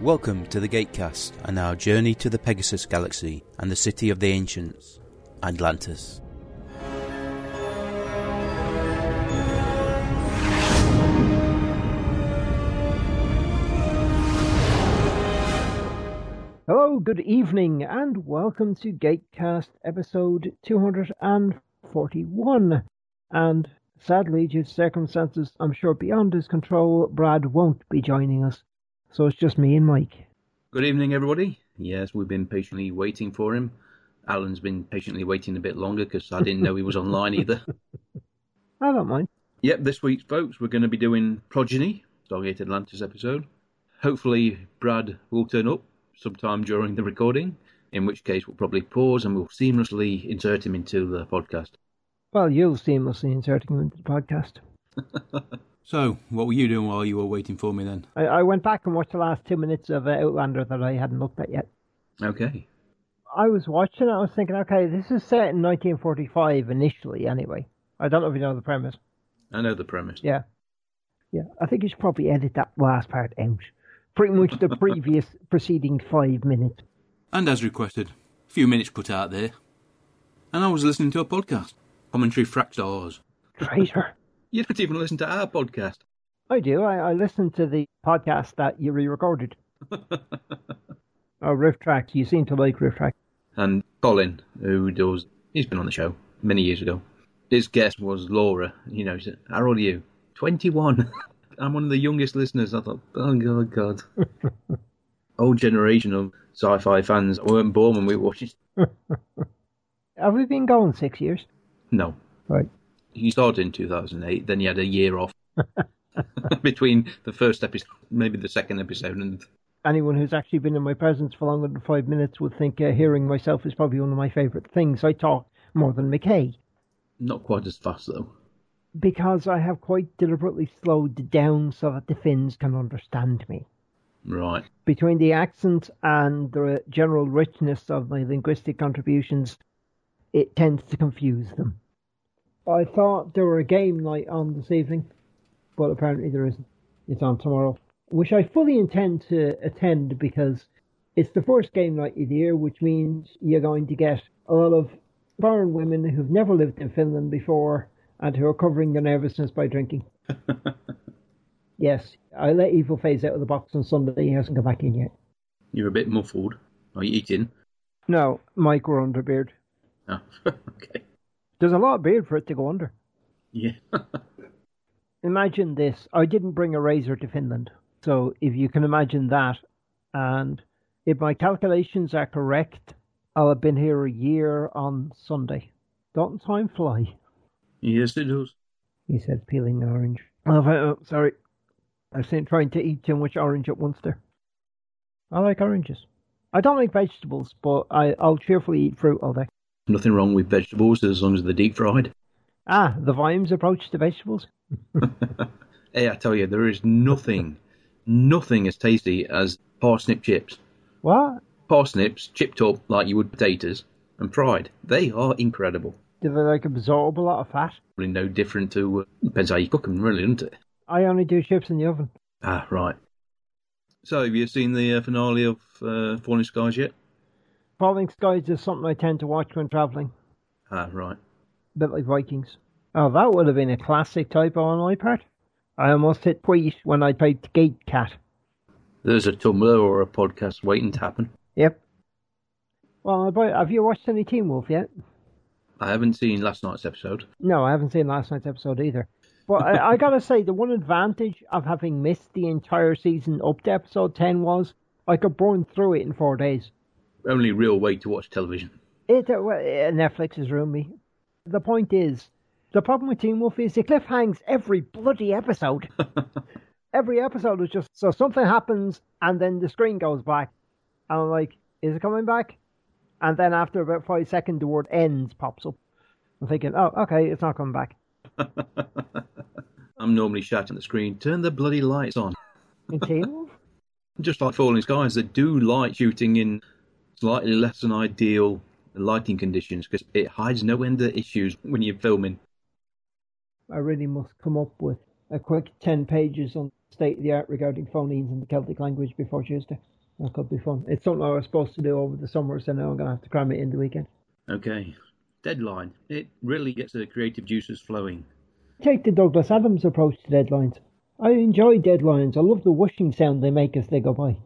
Welcome to the Gatecast and our journey to the Pegasus Galaxy and the city of the ancients, Atlantis. Hello, good evening, and welcome to Gatecast episode 241. And sadly, due to circumstances I'm sure beyond his control, Brad won't be joining us. So it's just me and Mike. Good evening, everybody. Yes, we've been patiently waiting for him. Alan's been patiently waiting a bit longer because I didn't know he was online either. I don't mind. Yep, this week, folks, we're going to be doing Progeny, Stargate Atlantis episode. Hopefully, Brad will turn up sometime during the recording, in which case we'll probably pause and we'll seamlessly insert him into the podcast. Well, you'll seamlessly inserting him into the podcast. So, what were you doing while you were waiting for me then? I, I went back and watched the last two minutes of uh, Outlander that I hadn't looked at yet. Okay. I was watching it, I was thinking, okay, this is set in 1945 initially, anyway. I don't know if you know the premise. I know the premise. Yeah. Yeah, I think you should probably edit that last part out. Pretty much the previous preceding five minutes. And as requested, a few minutes cut out there. And I was listening to a podcast, Commentary Fractars. Traitor. You don't even listen to our podcast. I do. I, I listened to the podcast that you re recorded. oh, Riff Track. You seem to like Riff Track. And Colin, who does, he's been on the show many years ago. His guest was Laura. You know, she said, How old are you? 21. I'm one of the youngest listeners. I thought, Oh, God, God. Old generation of sci fi fans weren't born when we watched it. Have we been going six years? No. Right. He started in 2008, then he had a year off between the first episode, maybe the second episode, and Anyone who's actually been in my presence for longer than five minutes would think uh, hearing myself is probably one of my favourite things. I talk more than McKay not quite as fast, though. because I have quite deliberately slowed down so that the Finns can understand me. Right. between the accent and the general richness of my linguistic contributions, it tends to confuse them. I thought there were a game night on this evening, but apparently there isn't. It's on tomorrow, which I fully intend to attend because it's the first game night of the year, which means you're going to get a lot of foreign women who've never lived in Finland before and who are covering their nervousness by drinking. yes, I let Evil Phase out of the box on Sunday. He hasn't come back in yet. You're a bit muffled. Are you eating? No, Mike, we're under beard. Oh, okay. There's a lot of beard for it to go under. Yeah. Imagine this. I didn't bring a razor to Finland. So if you can imagine that, and if my calculations are correct, I'll have been here a year on Sunday. Don't time fly, yes, it does. he said, peeling an orange. Oh, if I- oh, sorry. I've seen trying to eat too much orange at once there. I like oranges. I don't like vegetables, but I, I'll cheerfully eat fruit all day. Nothing wrong with vegetables as long as they're deep fried. Ah, the Vimes approach to vegetables? Hey, I tell you, there is nothing, nothing as tasty as parsnip chips. What? Parsnips chipped up like you would potatoes and fried. They are incredible. Do they like absorb a lot of fat? Really no different to, uh, depends how you cook them, really, doesn't it? I only do chips in the oven. Ah, right. So, have you seen the uh, finale of uh, Falling Skies yet? Falling Skies is something I tend to watch when traveling, Ah, right. a bit like Vikings. Oh, that would have been a classic typo on my part. I almost hit tweet when I typed gate cat. There's a Tumblr or a podcast waiting to happen. Yep. Well, boy, have you watched any Teen Wolf yet? I haven't seen last night's episode. No, I haven't seen last night's episode either. But I, I gotta say, the one advantage of having missed the entire season up to episode 10 was I could burn through it in four days. Only real way to watch television. It, uh, well, uh, Netflix is ruined me. The point is, the problem with Teen Wolf is it cliffhangs every bloody episode. every episode is just so something happens and then the screen goes black, and I'm like, is it coming back? And then after about five seconds, the word ends pops up. I'm thinking, oh, okay, it's not coming back. I'm normally shouting at the screen, turn the bloody lights on. In Teen Wolf, Just like Falling Skies, they do light shooting in slightly less than ideal lighting conditions because it hides no end of issues when you're filming. I really must come up with a quick ten pages on state of the art regarding phonemes in the Celtic language before Tuesday. That could be fun. It's something I was supposed to do over the summer, so now I'm going to have to cram it in the weekend. Okay. Deadline. It really gets the creative juices flowing. Take the Douglas Adams approach to deadlines. I enjoy deadlines. I love the whooshing sound they make as they go by.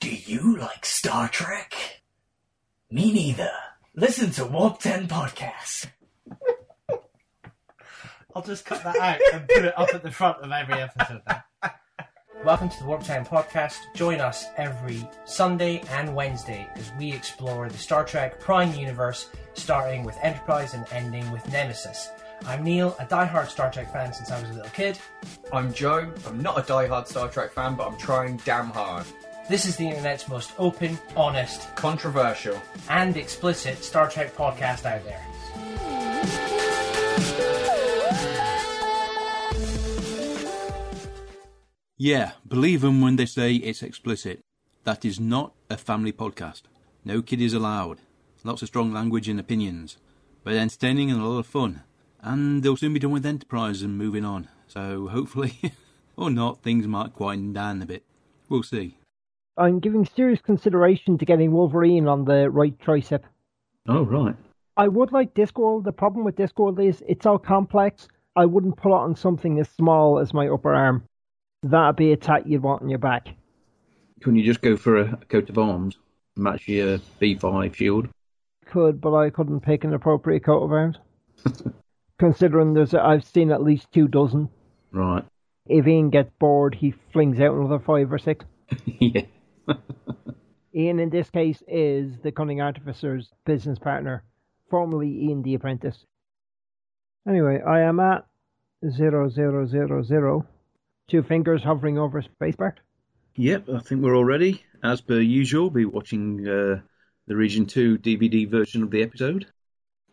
Do you like Star Trek? Me neither. Listen to Warp 10 podcast. I'll just cut that out and put it up at the front of every episode. Then. Welcome to the Warp Time podcast. Join us every Sunday and Wednesday as we explore the Star Trek Prime universe, starting with Enterprise and ending with Nemesis. I'm Neil, a diehard Star Trek fan since I was a little kid. I'm Joe. I'm not a die-hard Star Trek fan, but I'm trying damn hard. This is the internet's most open, honest, Controversial. and explicit Star Trek podcast out there. Yeah, believe them when they say it's explicit. That is not a family podcast. No kiddies allowed. Lots of strong language and opinions, but entertaining and a lot of fun. And they'll soon be done with Enterprise and moving on. So hopefully, or not, things might quieten down a bit. We'll see. I'm giving serious consideration to getting Wolverine on the right tricep. Oh, right. I would like Discworld. The problem with Discworld is it's so complex. I wouldn't pull it on something as small as my upper arm. That'd be a tat you'd want on your back. Couldn't you just go for a coat of arms? Match your B5 shield? Could, but I couldn't pick an appropriate coat of arms. Considering there's, I've seen at least two dozen. Right. If Ian gets bored, he flings out another five or six. yeah. Ian, in this case, is the cunning artificer's business partner, formerly Ian the apprentice. Anyway, I am at zero zero zero zero. Two fingers hovering over spacebar. Yep, I think we're all ready. As per usual, be watching uh, the Region 2 DVD version of the episode.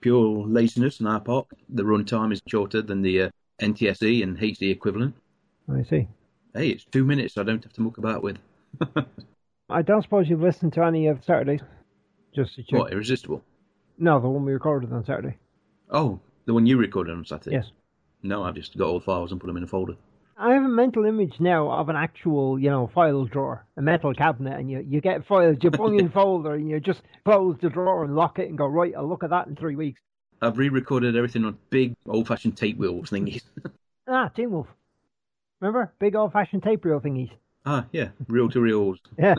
Pure laziness on our part. The runtime is shorter than the uh, NTSE and HD equivalent. I see. Hey, it's two minutes I don't have to muck about with. I don't suppose you've listened to any of Saturday's. Just to check. What, Irresistible? No, the one we recorded on Saturday. Oh, the one you recorded on Saturday? Yes. No, I've just got all the files and put them in a folder. I have a mental image now of an actual, you know, file drawer, a metal cabinet, and you, you get files, you bung in folder, and you just close the drawer and lock it and go, right, I'll look at that in three weeks. I've re-recorded everything on big old-fashioned tape wheels thingies. Ah, Teen Wolf. Remember? Big old fashioned tape reel thingies. ah, yeah, reel-to-reels. Yeah.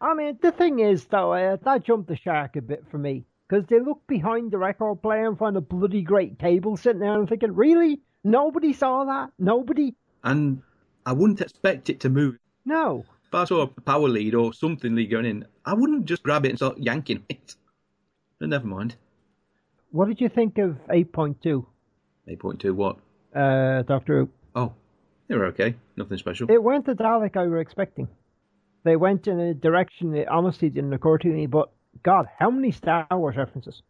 I mean, the thing is, though, uh, that jumped the shark a bit for me. Because they look behind the record player and find a bloody great cable sitting there, and I'm thinking, really? Nobody saw that? Nobody? And I wouldn't expect it to move. No. If I saw a power lead or something lead going in, I wouldn't just grab it and start yanking it. But never mind. What did you think of 8.2, 8.2 what? uh, Doctor Who? Oh, they were okay. Nothing special. It weren't the Dalek I were expecting. They went in a direction that honestly didn't occur to me, but God, how many Star Wars references?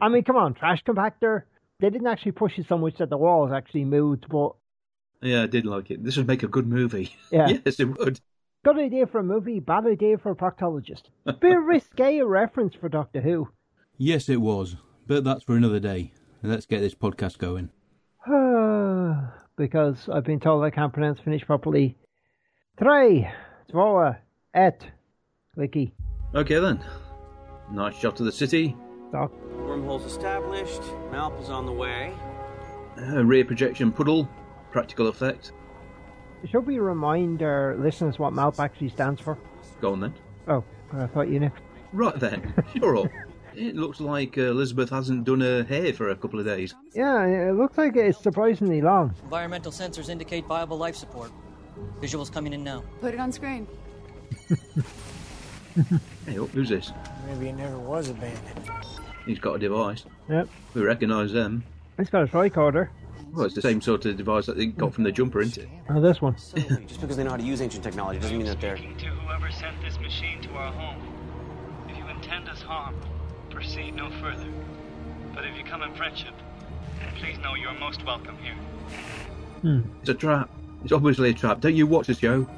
I mean, come on, trash compactor. They didn't actually push it so much that the walls actually moved, but yeah, I did like it. This would make a good movie. Yeah. yes, it would. good idea for a movie, bad idea for a proctologist. Bit risque a reference for Doctor Who. Yes, it was, but that's for another day. Let's get this podcast going. because I've been told I can't pronounce Finnish properly. Three, two, et, clicky, Okay then. Nice shot of the city. doc. Wormhole's established. Malp is on the way. Uh, rear projection puddle. Practical effect. Should we remind our listeners what MALP actually stands for? Go on then. Oh, I thought you knew. Right then. Sure up. It looks like uh, Elizabeth hasn't done her hair for a couple of days. Yeah, it looks like it's surprisingly long. Environmental sensors indicate viable life support. Visuals coming in now. Put it on screen. Hey, oh, who's this? Maybe it never was abandoned. He's got a device. Yep. We recognise them. It's got a tricorder. Well, it's the same sort of device that they got from the jumper, isn't it? Oh, this one. Just because they know how to use ancient technology doesn't mean that they're. To whoever sent this machine to our home, if you intend us harm, proceed no further. But if you come in friendship, please know you're most welcome here. It's a trap. It's obviously a trap. Don't you watch the show?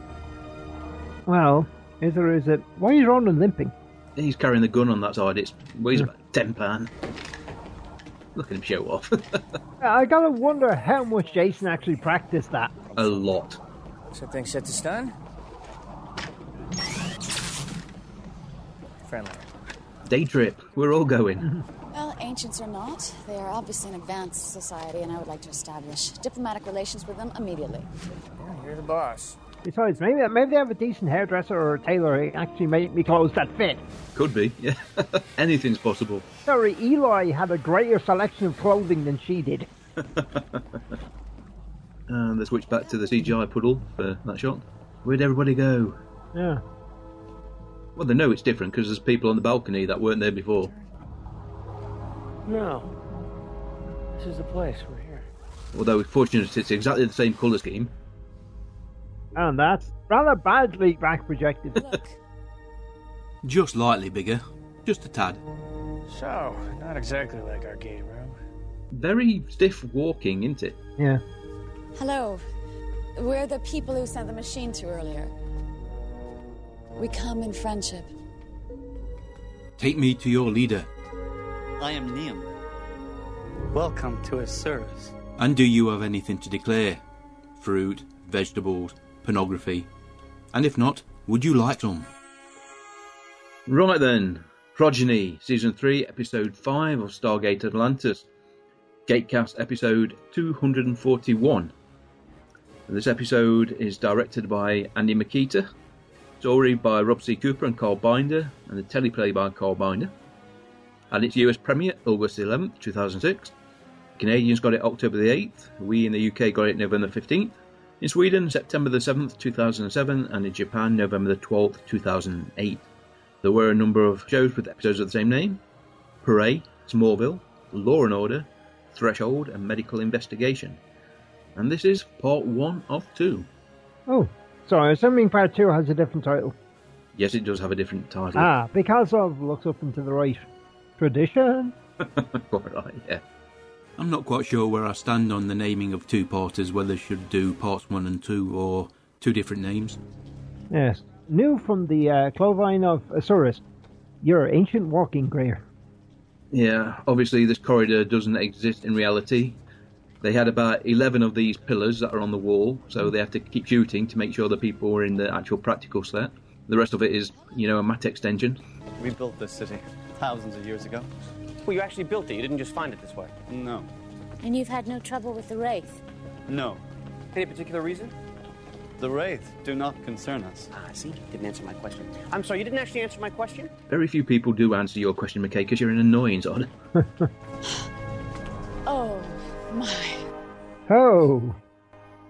Well, is there is it? Why is Ronan limping? He's carrying the gun on that side. It's weighs about ten pound. Look at him show off. I gotta wonder how much Jason actually practiced that. a lot. Something set to stun? friendlier. Day trip. We're all going. Well, ancients or not, they are obviously an advanced society, and I would like to establish diplomatic relations with them immediately. Yeah, you're the boss. Besides, maybe maybe they have a decent hairdresser or a tailor who actually make me clothes that fit. Could be. Yeah. Anything's possible. Sorry, Eli had a greater selection of clothing than she did. And they Uh, switch back to the CGI puddle for that shot. Where'd everybody go? Yeah. Well, they know it's different because there's people on the balcony that weren't there before. No. This is the place. We're here. Although, fortunately, it's exactly the same colour scheme. And that's rather badly back projected. Just lightly bigger. Just a tad. So, not exactly like our game room. Very stiff walking, isn't it? yeah. Hello. We're the people who sent the machine to earlier. We come in friendship. Take me to your leader. I am Neum. Welcome to his service. And do you have anything to declare? Fruit, vegetables, pornography? And if not, would you like some? Right then, Progeny, Season 3, Episode 5 of Stargate Atlantis, Gatecast Episode 241. And this episode is directed by Andy Makita, story by Rob C. Cooper and Carl Binder, and the teleplay by Carl Binder. And its US premiere, August 11th, 2006. Canadians got it October the 8th, we in the UK got it November 15th, in Sweden September the 7th, 2007, and in Japan November the 12th, 2008. There were a number of shows with episodes of the same name Hooray, Smallville, Law and Order, Threshold, and Medical Investigation. And this is part one of two. Oh, sorry. Assuming part two has a different title. Yes, it does have a different title. Ah, because of looks up and to the right. Tradition. Alright, yeah. I'm not quite sure where I stand on the naming of two parters, whether should do parts one and two or two different names. Yes. New from the uh, Clovine of Asuris. Your ancient walking grayer. Yeah, obviously, this corridor doesn't exist in reality. They had about 11 of these pillars that are on the wall, so they have to keep shooting to make sure the people were in the actual practical set. The rest of it is, you know, a mat extension. We built this city thousands of years ago. Well, you actually built it. You didn't just find it this way. No. And you've had no trouble with the Wraith. No. Any particular reason? The Wraith do not concern us. Ah, see? Didn't answer my question. I'm sorry, you didn't actually answer my question? Very few people do answer your question, McKay, because you're an annoyance on it. Oh, my. Oh,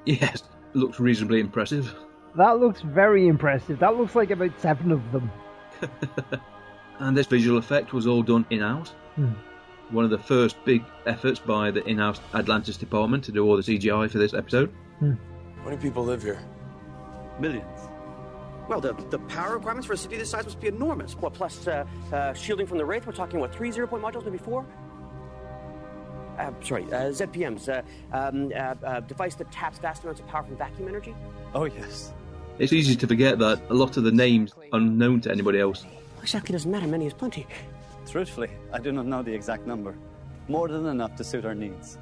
yes, looks reasonably impressive. that looks very impressive. That looks like about seven of them. And this visual effect was all done in house. Hmm. One of the first big efforts by the in house Atlantis department to do all the CGI for this episode. How many people live here? Millions. Well, the, the power requirements for a city this size must be enormous. What, plus uh, uh, shielding from the Wraith? We're talking, what, three zero point modules, maybe four? Uh, sorry, uh, ZPMs. Uh, um, uh, uh, device that taps vast amounts of power from vacuum energy? Oh, yes. It's easy to forget that a lot of the names are known to anybody else. Exactly doesn't matter. Many is plenty. Truthfully, I do not know the exact number. More than enough to suit our needs.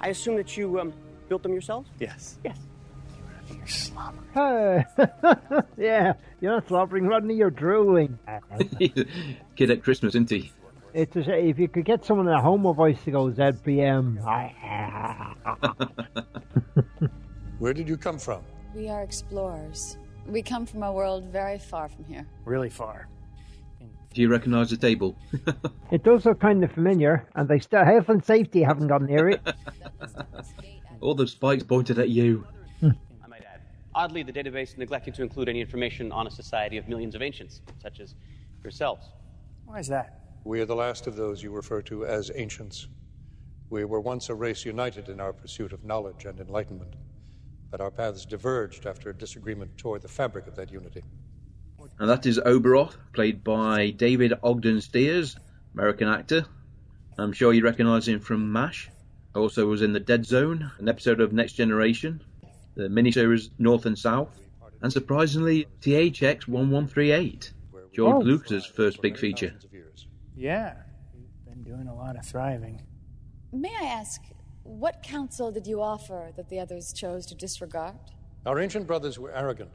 I assume that you um, built them yourself? Yes. Yes. Hey. yeah, you're not slobbering, Rodney. You're drooling. Uh-huh. Kid at Christmas, isn't he? It's a shame. if you could get someone in a homo voice to go ZPM. Where did you come from? We are explorers. We come from a world very far from here. Really far. Do you recognise the table? it does look kind of familiar, and they still health and safety haven't gone near it. All those spikes pointed at you. I might add. Oddly, the database neglected to include any information on a society of millions of ancients, such as yourselves. Why is that? We are the last of those you refer to as ancients. We were once a race united in our pursuit of knowledge and enlightenment, but our paths diverged after a disagreement tore the fabric of that unity. And that is Oberoth, played by David Ogden Stiers, American actor. I'm sure you recognise him from MASH. Also was in The Dead Zone, an episode of Next Generation, the miniseries North and South, and surprisingly, THX 1138, George Oh. Lucas's first big feature. Yeah. You've been doing a lot of thriving. May I ask, what counsel did you offer that the others chose to disregard? Our ancient brothers were arrogant.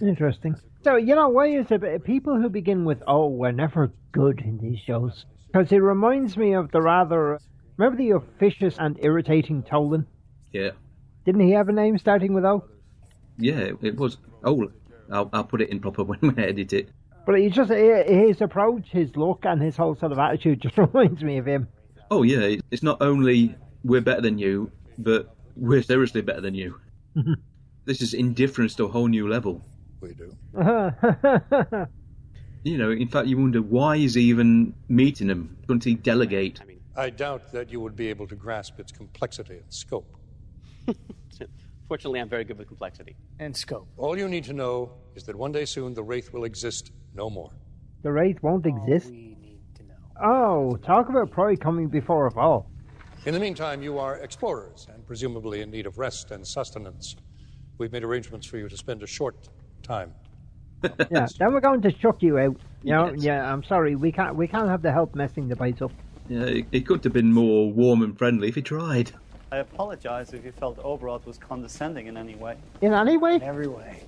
Interesting. So, you know, why is it that people who begin with, oh, we're never good in these shows? Because it reminds me of the rather. Remember the officious and irritating Tolan? Yeah. Didn't he have a name starting with O? Yeah, it- it was. Oh, I'll, I'll put it in proper when I edit it. But he just i- his approach, his look, and his whole sort of attitude just reminds me of him. Oh, yeah, it- it's not only we're better than you, but we're seriously better than you. this is indifference to a whole new level. We do. You know, in fact, you wonder why is he even meeting them? Couldn't he delegate? I doubt that you would be able to grasp its complexity and scope. Fortunately, I'm very good with complexity. And scope. All you need to know is that one day soon the Wraith will exist no more. The Wraith won't exist. Oh, talk about pride coming before a fall. In the meantime, you are explorers and presumably in need of rest and sustenance. We've made arrangements for you to spend a short time. yeah, then we're going to chuck you out. You know, yeah, I'm sorry, we can't we can't have the help messing the place up. Yeah, it, it could have been more warm and friendly if he tried. I apologize if you felt Oberod was condescending in any way. In any way? In every way.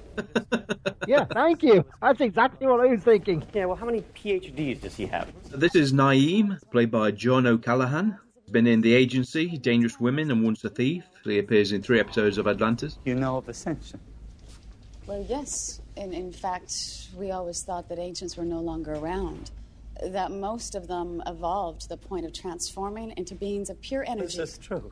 yeah, thank you. That's exactly what I was thinking. Yeah, well, how many PhDs does he have? This is Naeem, played by John O'Callaghan. He's been in The Agency, Dangerous Women, and Once a Thief. He appears in three episodes of Atlantis. You know of Ascension. Well, yes. In, in fact, we always thought that ancients were no longer around, that most of them evolved to the point of transforming into beings of pure energy. This is true.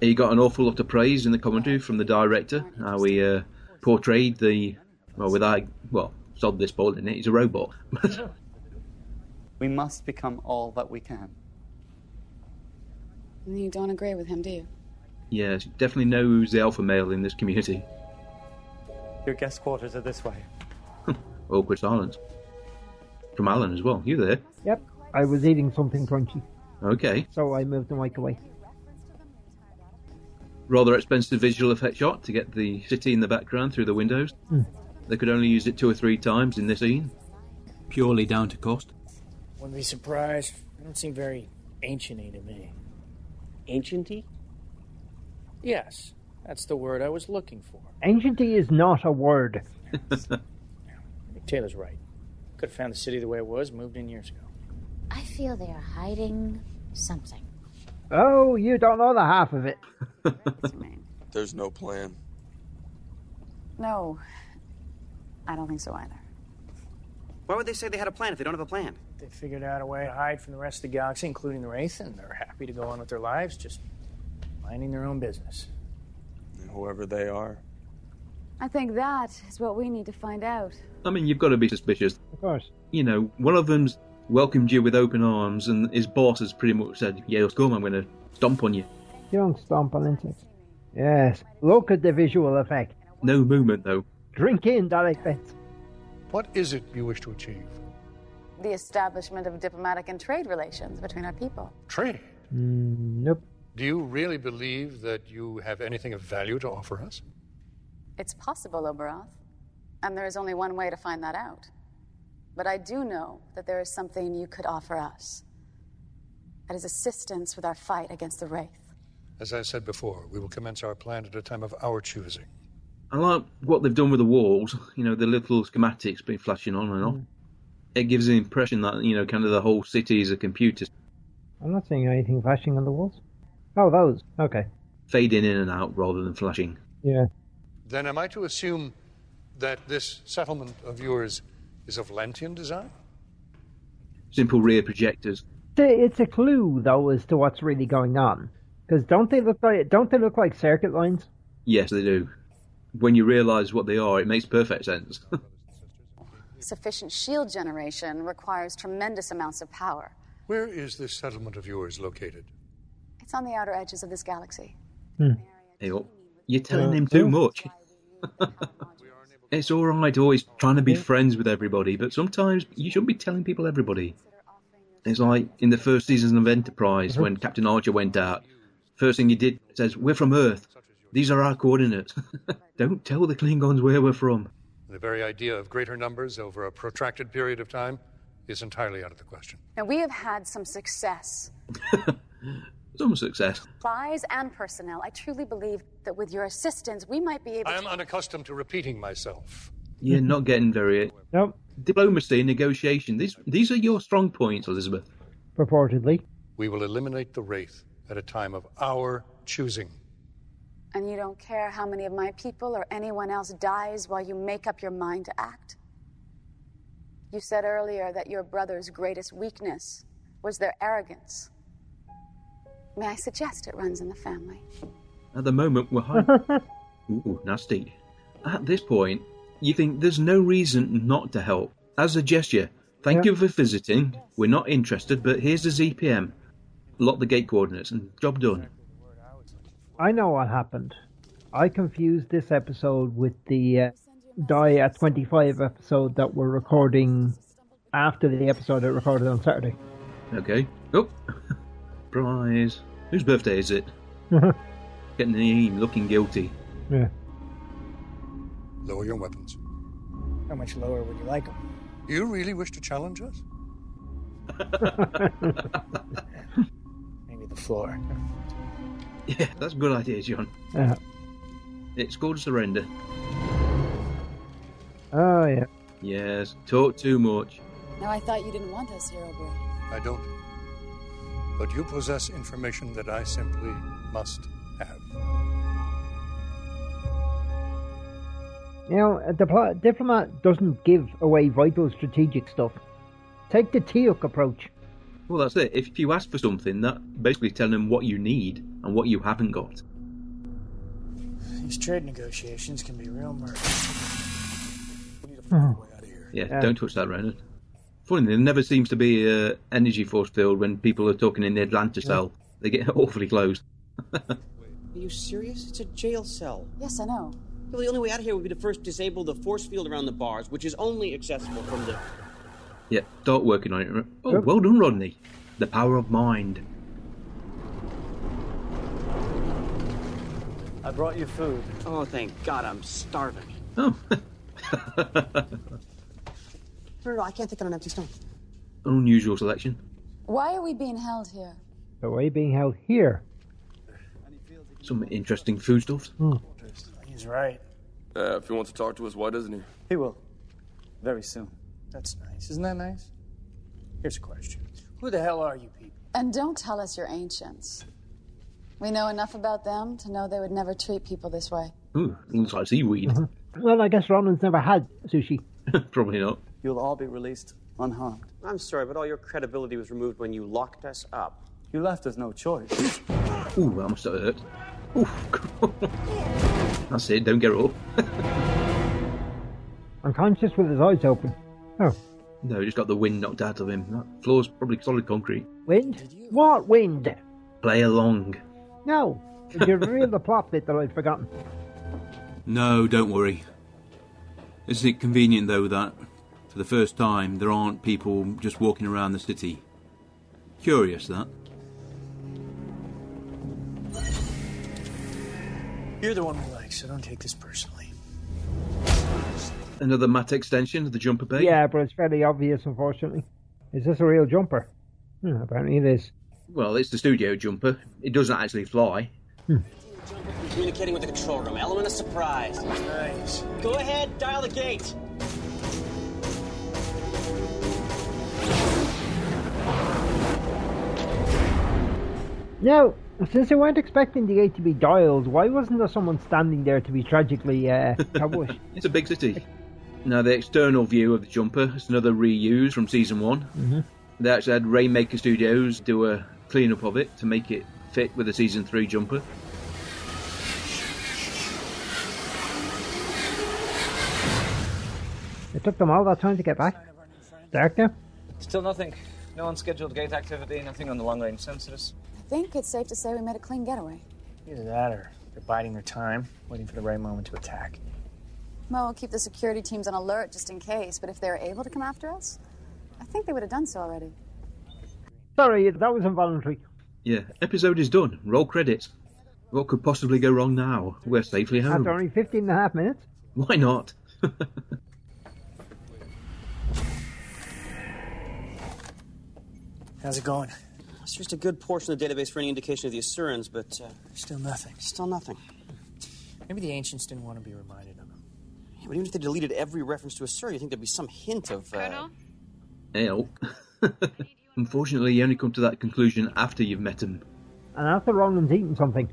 He got an awful lot of praise in the commentary from the director, how he uh, portrayed the. Well, without. Well, sod this ball in it, he's a robot. We must become all that we can. You don't agree with him, do you? yeah, definitely know who's the alpha male in this community. Your guest quarters are this way. Awkward silence. From Alan as well. You there? Yep. I was eating something crunchy, Okay. so I moved the mic away. Rather expensive visual effect shot to get the city in the background through the windows. Hmm. They could only use it two or three times in this scene. Purely down to cost. Wouldn't be surprised. They don't seem very ancienty to me. Ancienty? Yes, that's the word I was looking for. Ancienty is not a word. Nick Taylor's right. Could have found the city the way it was, moved in years ago. I feel they are hiding something. Oh, you don't know the half of it. There's no plan. No, I don't think so either. Why would they say they had a plan if they don't have a plan? They figured out a way to hide from the rest of the galaxy, including the Wraith, and they're happy to go on with their lives, just minding their own business. Whoever they are. I think that is what we need to find out. I mean, you've got to be suspicious. Of course. You know, one of them's welcomed you with open arms, and his boss has pretty much said, Yeah, let's come, I'm going to stomp on you. You don't stomp on insects. Yes. Look at the visual effect. No movement, though. Drink in that effect. What is it you wish to achieve? The establishment of diplomatic and trade relations between our people. Trade. Mm, nope. Do you really believe that you have anything of value to offer us? It's possible, Oberoth, and there is only one way to find that out. But I do know that there is something you could offer us. That is assistance with our fight against the Wraith. As I said before, we will commence our plan at a time of our choosing. I like what they've done with the walls. You know, the little schematics been flashing on and off. It gives the impression that you know, kind of the whole city is a computer I'm not seeing anything flashing on the walls. Oh, those. Okay. fading in and out rather than flashing. Yeah. Then am I to assume that this settlement of yours is of Lantian design? Simple rear projectors. It's a, it's a clue though as to what's really going on. Because don't they look like don't they look like circuit lines? Yes, they do. When you realise what they are, it makes perfect sense. Sufficient shield generation requires tremendous amounts of power. Where is this settlement of yours located? It's on the outer edges of this galaxy. Hmm. Hey, oh, You're telling him too much. it's all right always trying to be friends with everybody, but sometimes you shouldn't be telling people everybody. It's like in the first season of Enterprise when Captain Archer went out. First thing he did says, "We're from Earth. These are our coordinates. Don't tell the Klingons where we're from." The very idea of greater numbers over a protracted period of time is entirely out of the question. Now, we have had some success, Some success. supplies and personnel. I truly believe that with your assistance, we might be able I am unaccustomed to repeating myself. You're not getting very. Nope. Diplomacy and negotiation. These these are your strong points, Elizabeth. purportedly. We will eliminate the Wraith at a time of our choosing. And you don't care how many of my people or anyone else dies while you make up your mind to act? You said earlier that your brother's greatest weakness was their arrogance. May I suggest it runs in the family? At the moment, we're high. Ooh, nasty. At this point, you think there's no reason not to help. As a gesture, thank you for visiting. We're not interested, but here's the ZPM. Lock the gate coordinates and job done. I know what happened. I confused this episode with the uh, Die at 25 episode that we're recording after the episode I recorded on Saturday. Okay. Oh, prize. Whose birthday is it? Getting the looking guilty. Lower your weapons. How much lower would you like them? You really wish to challenge us? Maybe the floor. Yeah, that's a good idea, John. Yeah. It's called surrender. Oh, yeah. Yes, talk too much. No, I thought you didn't want us here, O'Brien. I don't. But you possess information that I simply must have. You know, a dipl- diplomat doesn't give away vital strategic stuff. Take the Teok approach. Well, that's it. If you ask for something, that basically telling them what you need and what you haven't got. These trade negotiations can be real murder. Yeah, don't touch that, Ronan. Funny, there never seems to be a energy force field when people are talking in the Atlanta cell. They get awfully close. Are you serious? It's a jail cell. Yes, I know. Well, the only way out of here would be to first disable the force field around the bars, which is only accessible from the. Yeah, start working on it. Oh, well done, Rodney. The power of mind. I brought you food. Oh, thank God, I'm starving. Oh. No, no, no, I can't think on an empty stomach. Unusual selection. Why are we being held here? But why being held here? Some interesting foodstuffs. He's right. Uh, if he wants to talk to us, why doesn't he? He will. Very soon. That's nice. Isn't that nice? Here's a question Who the hell are you people? And don't tell us you're ancients. We know enough about them to know they would never treat people this way. Ooh, looks like seaweed. Well, I guess Ronan's never had sushi. Probably not. You'll all be released unharmed. I'm sorry, but all your credibility was removed when you locked us up. You left us no choice. Ooh, that must have hurt. Ooh, that's it. Don't get up. Unconscious with his eyes open. Oh, No, just got the wind knocked out of him. That floor's probably solid concrete. wind? What wind? Play along. No. Did you read the plot bit that I'd forgotten? No, don't worry. Isn't it convenient, though, that for the first time there aren't people just walking around the city? Curious, that. You're the one we like, so don't take this personally. Another mat extension of the jumper bay. Yeah, but it's fairly obvious, unfortunately. Is this a real jumper? Hmm, apparently it is. Well, it's the studio jumper. It doesn't actually fly. Communicating with the control room. Element of surprise. Nice. Go ahead, dial the gate. Now, since I weren't expecting the gate to be dialed, why wasn't there someone standing there to be tragically uh, ambushed? It's a big city. Now, the external view of the jumper is another reuse from season one. Mhm. They actually had Rainmaker Studios do a clean up of it to make it fit with the season three jumper. It took them all that time to get back. Dark now? Still nothing. No unscheduled gate activity, nothing on the long range sensors. I think it's safe to say we made a clean getaway. Either that or they're biding their time, waiting for the right moment to attack. Mo will keep the security teams on alert just in case, but if they were able to come after us, I think they would have done so already. Sorry, that was involuntary. Yeah, episode is done. Roll credits. What could possibly go wrong now? We're safely home. After only 15 and a half minutes. Why not? How's it going? It's just a good portion of the database for any indication of the Assurans, but uh, Still nothing. still nothing. Maybe the ancients didn't want to be reminded of him. Yeah, But even if they deleted every reference to Asur, you think there'd be some hint of. Uh... Ew. oh. Unfortunately, you only come to that conclusion after you've met him. And after Ronan's eaten something,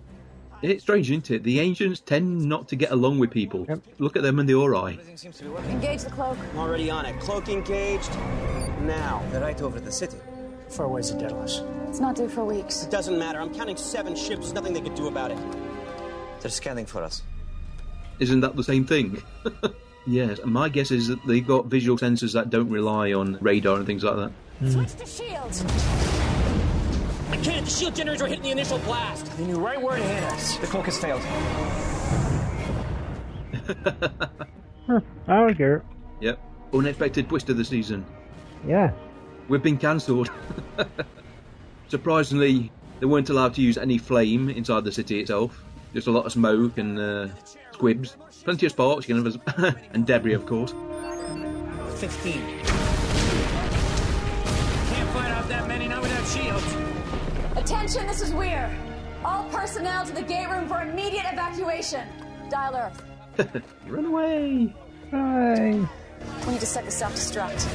It's strange, isn't it? The ancients tend not to get along with people. Look at them and the Ori. Everything seems to be working. Engage the cloak. I'm already on it. Cloak engaged. Now. They're right over the city. Far ways of Daedalus. It's not due for weeks. It doesn't matter. I'm counting seven ships. There's nothing they could do about it. They're scanning for us. Isn't that the same thing? yes, and my guess is that they've got visual sensors that don't rely on radar and things like that. Switch to shield. I can't. The shield generators were hitting the initial blast. They knew right where to hit us. The cloak has failed. huh, Arger. Yep. Unexpected twist of the season. Yeah. We've been cancelled. Surprisingly, they weren't allowed to use any flame inside the city itself. Just a lot of smoke and uh, squibs. Plenty of sparks, you can have a- and debris, of course. 15. Can't fight off that many, not without shields. Attention, this is Weir. All personnel to the gate room for immediate evacuation. Dial Earth. Run away! Bye. We need to set the self-destruct.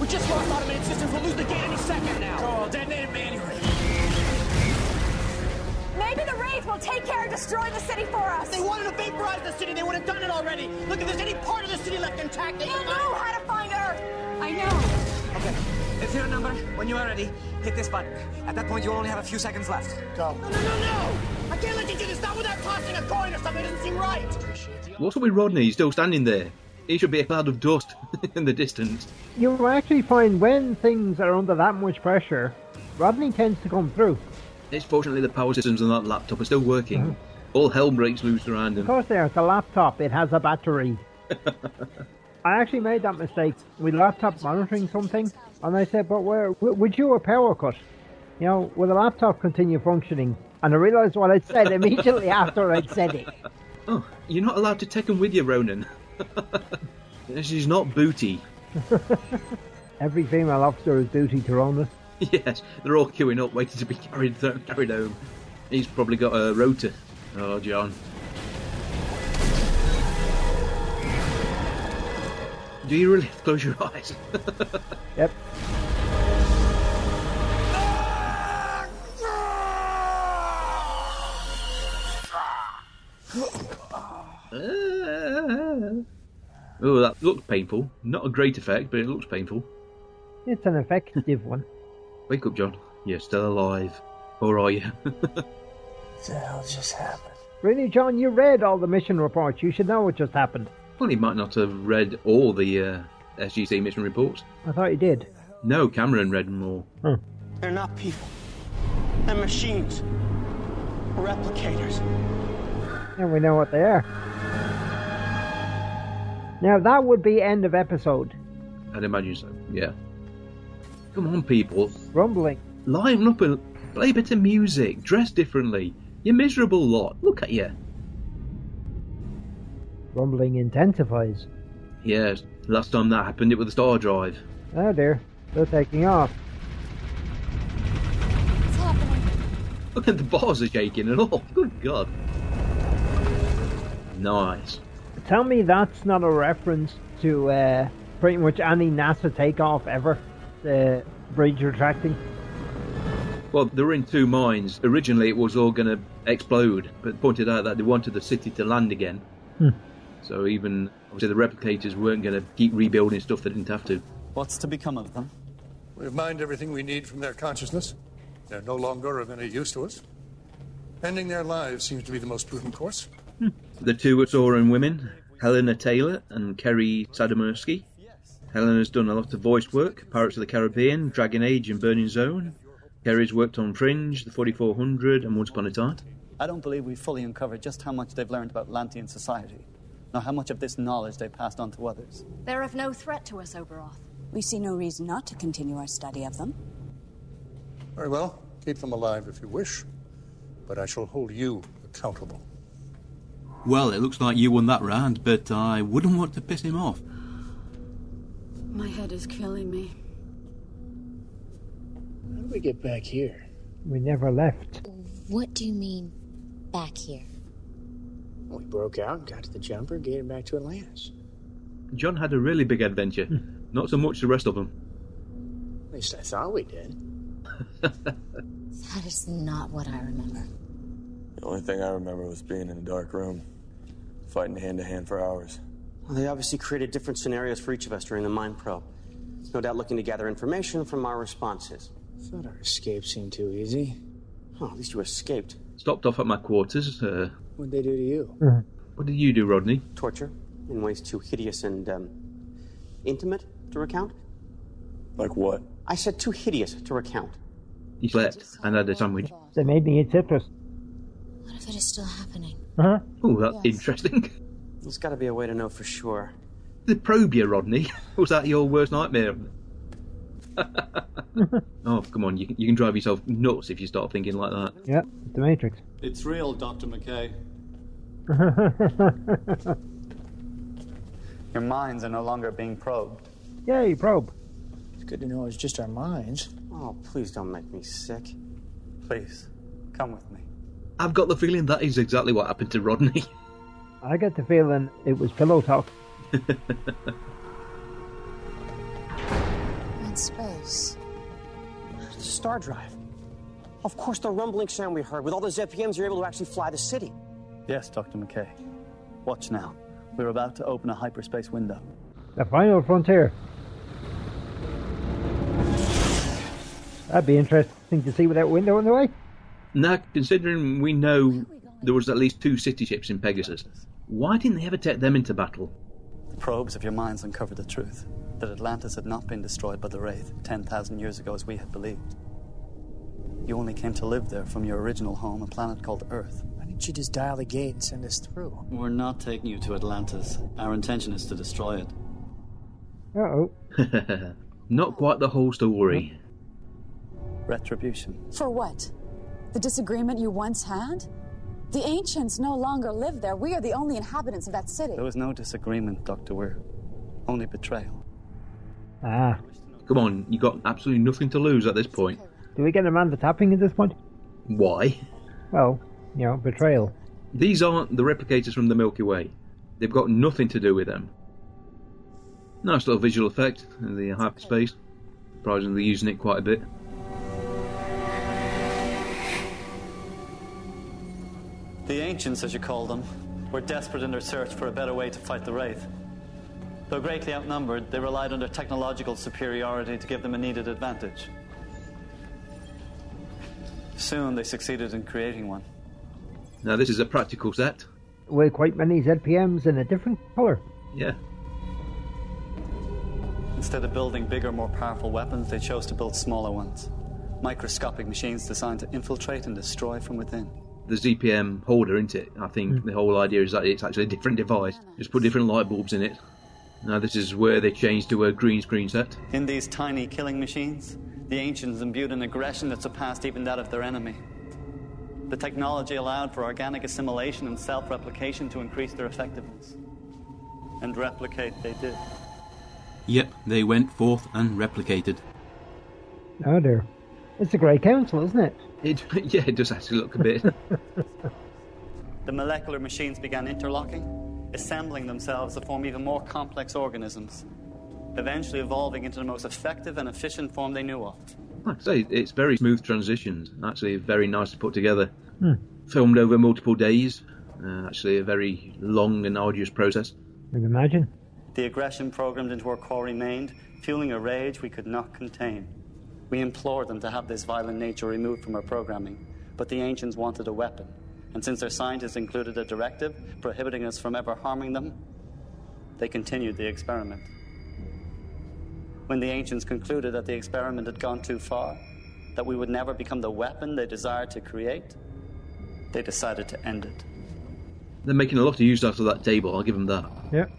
We just lost automated systems. We'll lose the gate any second now. Go, detonate it manually. Maybe the Wraith will take care of destroying the city for us. They wanted to vaporize the city. They would have done it already. Look, if there's any part of the city left intact, they You know how to find Earth. I know. Okay. If you remember, when you are ready, hit this button. At that point, you only have a few seconds left. Go. No, no, no, no! I can't let you do this. Not without tossing a coin or something. It doesn't seem right. What's up with Rodney? He's still standing there. He should be a cloud of dust in the distance. you will actually find when things are under that much pressure, Rodney tends to come through. It's fortunately the power systems on that laptop are still working. All hell breaks loose around Of him. course, there. It's a laptop. It has a battery. I actually made that mistake with laptop monitoring something, and I said, "But where w- would you a power cut? You know, will the laptop continue functioning?" And I realised what I'd said immediately after I'd said it. Oh, you're not allowed to take him with you, Ronan. this is not booty. Every female officer is duty to Rona. Yes, they're all queuing up, waiting to be carried carried home. He's probably got a rotor. Oh, John. Do you really have to close your eyes? Yep. oh, that looked painful. Not a great effect, but it looks painful. It's an effective one. Wake up, John. You're still alive. Or are you? The hell just happened? Really, John? You read all the mission reports. You should know what just happened. well, he might not have read all the uh, SGC mission reports. I thought you did. No, Cameron read more. They're not people. They're machines. Replicators. And we know what they are. Now that would be end of episode. I'd imagine so. Yeah. Come on, people. Rumbling. Liven up and play a bit of music. Dress differently. You miserable lot. Look at you. Rumbling intensifies. Yes. Last time that happened, it was the Star Drive. Oh dear, they're taking off. Look at the bars are shaking and all. Good God. Nice. Tell me that's not a reference to uh, pretty much any NASA takeoff ever. The bridge retracting. Well, they were in two mines. Originally, it was all going to explode, but pointed out that they wanted the city to land again. Hmm. So even obviously the replicators weren't going to keep rebuilding stuff they didn't have to. What's to become of them? We've mined everything we need from their consciousness. They're no longer of any use to us. Ending their lives seems to be the most prudent course. The two Azoran women, Helena Taylor and Kerry Sadamursky. Helena's done a lot of voice work, Pirates of the Caribbean, Dragon Age and Burning Zone. Kerry's worked on Fringe, The 4400 and Once Upon a Time. I don't believe we fully uncovered just how much they've learned about Lantian society, nor how much of this knowledge they passed on to others. They're of no threat to us, Oberoth. We see no reason not to continue our study of them. Very well. Keep them alive if you wish, but I shall hold you accountable. Well, it looks like you won that round, but I wouldn't want to piss him off. My head is killing me. How did we get back here? We never left. What do you mean, back here? We broke out, got to the jumper, gated back to Atlantis. John had a really big adventure. Not so much the rest of them. At least I thought we did. That is not what I remember. The only thing I remember was being in a dark room, fighting hand to hand for hours. Well, they obviously created different scenarios for each of us during the mind probe. No doubt looking to gather information from our responses. Thought our escape seemed too easy. Oh, at least you escaped. Stopped off at my quarters. Uh, What'd they do to you? what did you do, Rodney? Torture in ways too hideous and um, intimate to recount. Like what? I said too hideous to recount. He slept and had a sandwich. They made me eat citrus. What if it is still happening? Huh? Oh, that's interesting. There's got to be a way to know for sure. The probe you, Rodney. Was that your worst nightmare? oh, come on. You, can- you can drive yourself nuts if you start thinking like that. Yeah, the Matrix. It's real, Dr. McKay. Your minds are no longer being probed. Yay, probe. It's good to know it's just our minds. Oh, please don't make me sick. Please, come with me. I've got the feeling that is exactly what happened to Rodney. I get the feeling it was pillow talk. In space. It's a star drive. Of course, the rumbling sound we heard. With all the ZPMs, you're able to actually fly the city. Yes, Dr. McKay. Watch now. We're about to open a hyperspace window. The final frontier. That'd be interesting to see with that window in the way. Now, considering we know there was at least two city ships in Pegasus, why didn't they ever take them into battle? The probes of your minds uncover the truth that Atlantis had not been destroyed by the Wraith 10,000 years ago as we had believed. You only came to live there from your original home, a planet called Earth. Why didn't you just dial the gate and send us through? We're not taking you to Atlantis. Our intention is to destroy it. Uh oh. Not quite the whole story. Retribution. For what? The disagreement you once had? The ancients no longer live there. We are the only inhabitants of that city. There was no disagreement, Dr. Weir. Only betrayal. Ah. Come on, you got absolutely nothing to lose at this point. Do we get a man for tapping at this point? Why? Well, you know, betrayal. These aren't the replicators from the Milky Way. They've got nothing to do with them. Nice little visual effect in the hyperspace. Surprisingly, they're using it quite a bit. The ancients, as you call them, were desperate in their search for a better way to fight the Wraith. Though greatly outnumbered, they relied on their technological superiority to give them a needed advantage. Soon they succeeded in creating one. Now, this is a practical set. With quite many ZPMs in a different colour. Yeah. Instead of building bigger, more powerful weapons, they chose to build smaller ones. Microscopic machines designed to infiltrate and destroy from within. The ZPM holder, isn't it? I think the whole idea is that it's actually a different device. Just put different light bulbs in it. Now, this is where they changed to a green screen set. In these tiny killing machines, the ancients imbued an aggression that surpassed even that of their enemy. The technology allowed for organic assimilation and self replication to increase their effectiveness. And replicate they did. Yep, they went forth and replicated. Oh dear. It's the Grey Council, isn't it? It, yeah, it does actually look a bit. The molecular machines began interlocking, assembling themselves to form even more complex organisms, eventually evolving into the most effective and efficient form they knew of. Like I say, it's very smooth transitions. Actually, very nice to put together. Hmm. Filmed over multiple days. Uh, actually, a very long and arduous process. I'd imagine. The aggression programmed into our core remained, fueling a rage we could not contain. We implored them to have this violent nature removed from our programming, but the ancients wanted a weapon, and since their scientists included a directive prohibiting us from ever harming them, they continued the experiment. When the ancients concluded that the experiment had gone too far, that we would never become the weapon they desired to create, they decided to end it. They're making a lot of use out of that table, I'll give them that. Yep.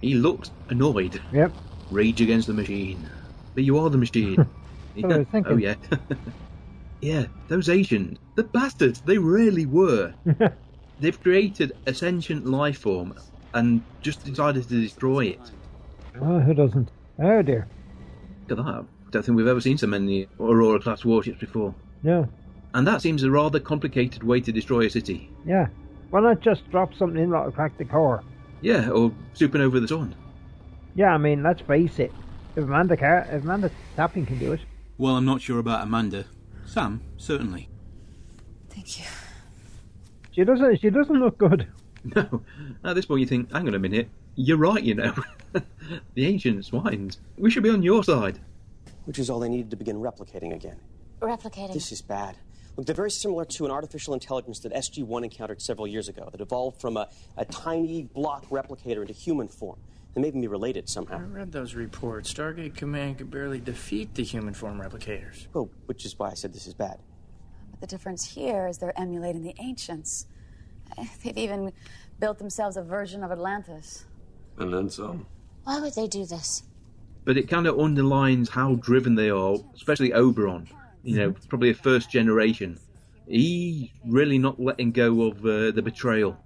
He looks annoyed. Yep. Rage against the machine. But you are the machine. That's what I was thinking. Oh, yeah. yeah, those Asians. The bastards, they really were. They've created a sentient life form and just decided to destroy it. Oh, who doesn't? Oh dear. Look at that. Don't think we've ever seen so many Aurora class warships before. No. And that seems a rather complicated way to destroy a city. Yeah. Why not just drop something that'll crack the core? Yeah, or supernova the sun. Yeah, I mean, let's face it. If Amanda, can, if Amanda Tapping can do it, Well, I'm not sure about Amanda. Sam, certainly. Thank you. she doesn't. She doesn't look good. No. At this point, you think, hang on a minute, you're right, you know. the ancient swines. We should be on your side. Which is all they needed to begin replicating again. Replicating. This is bad. Look, they're very similar to an artificial intelligence that SG 1 encountered several years ago that evolved from a, a tiny block replicator into human form. They may even be related somehow. I read those reports. Stargate Command could barely defeat the human form replicators. Well, Oh, which is why I said this is bad. But the difference here is they're emulating the ancients. eh, They've even built themselves a version of Atlantis. And then some. Why would they do this? But it kind of underlines how driven they are, especially Oberon. You know, probably a first generation. He's really not letting go of uh, the betrayal.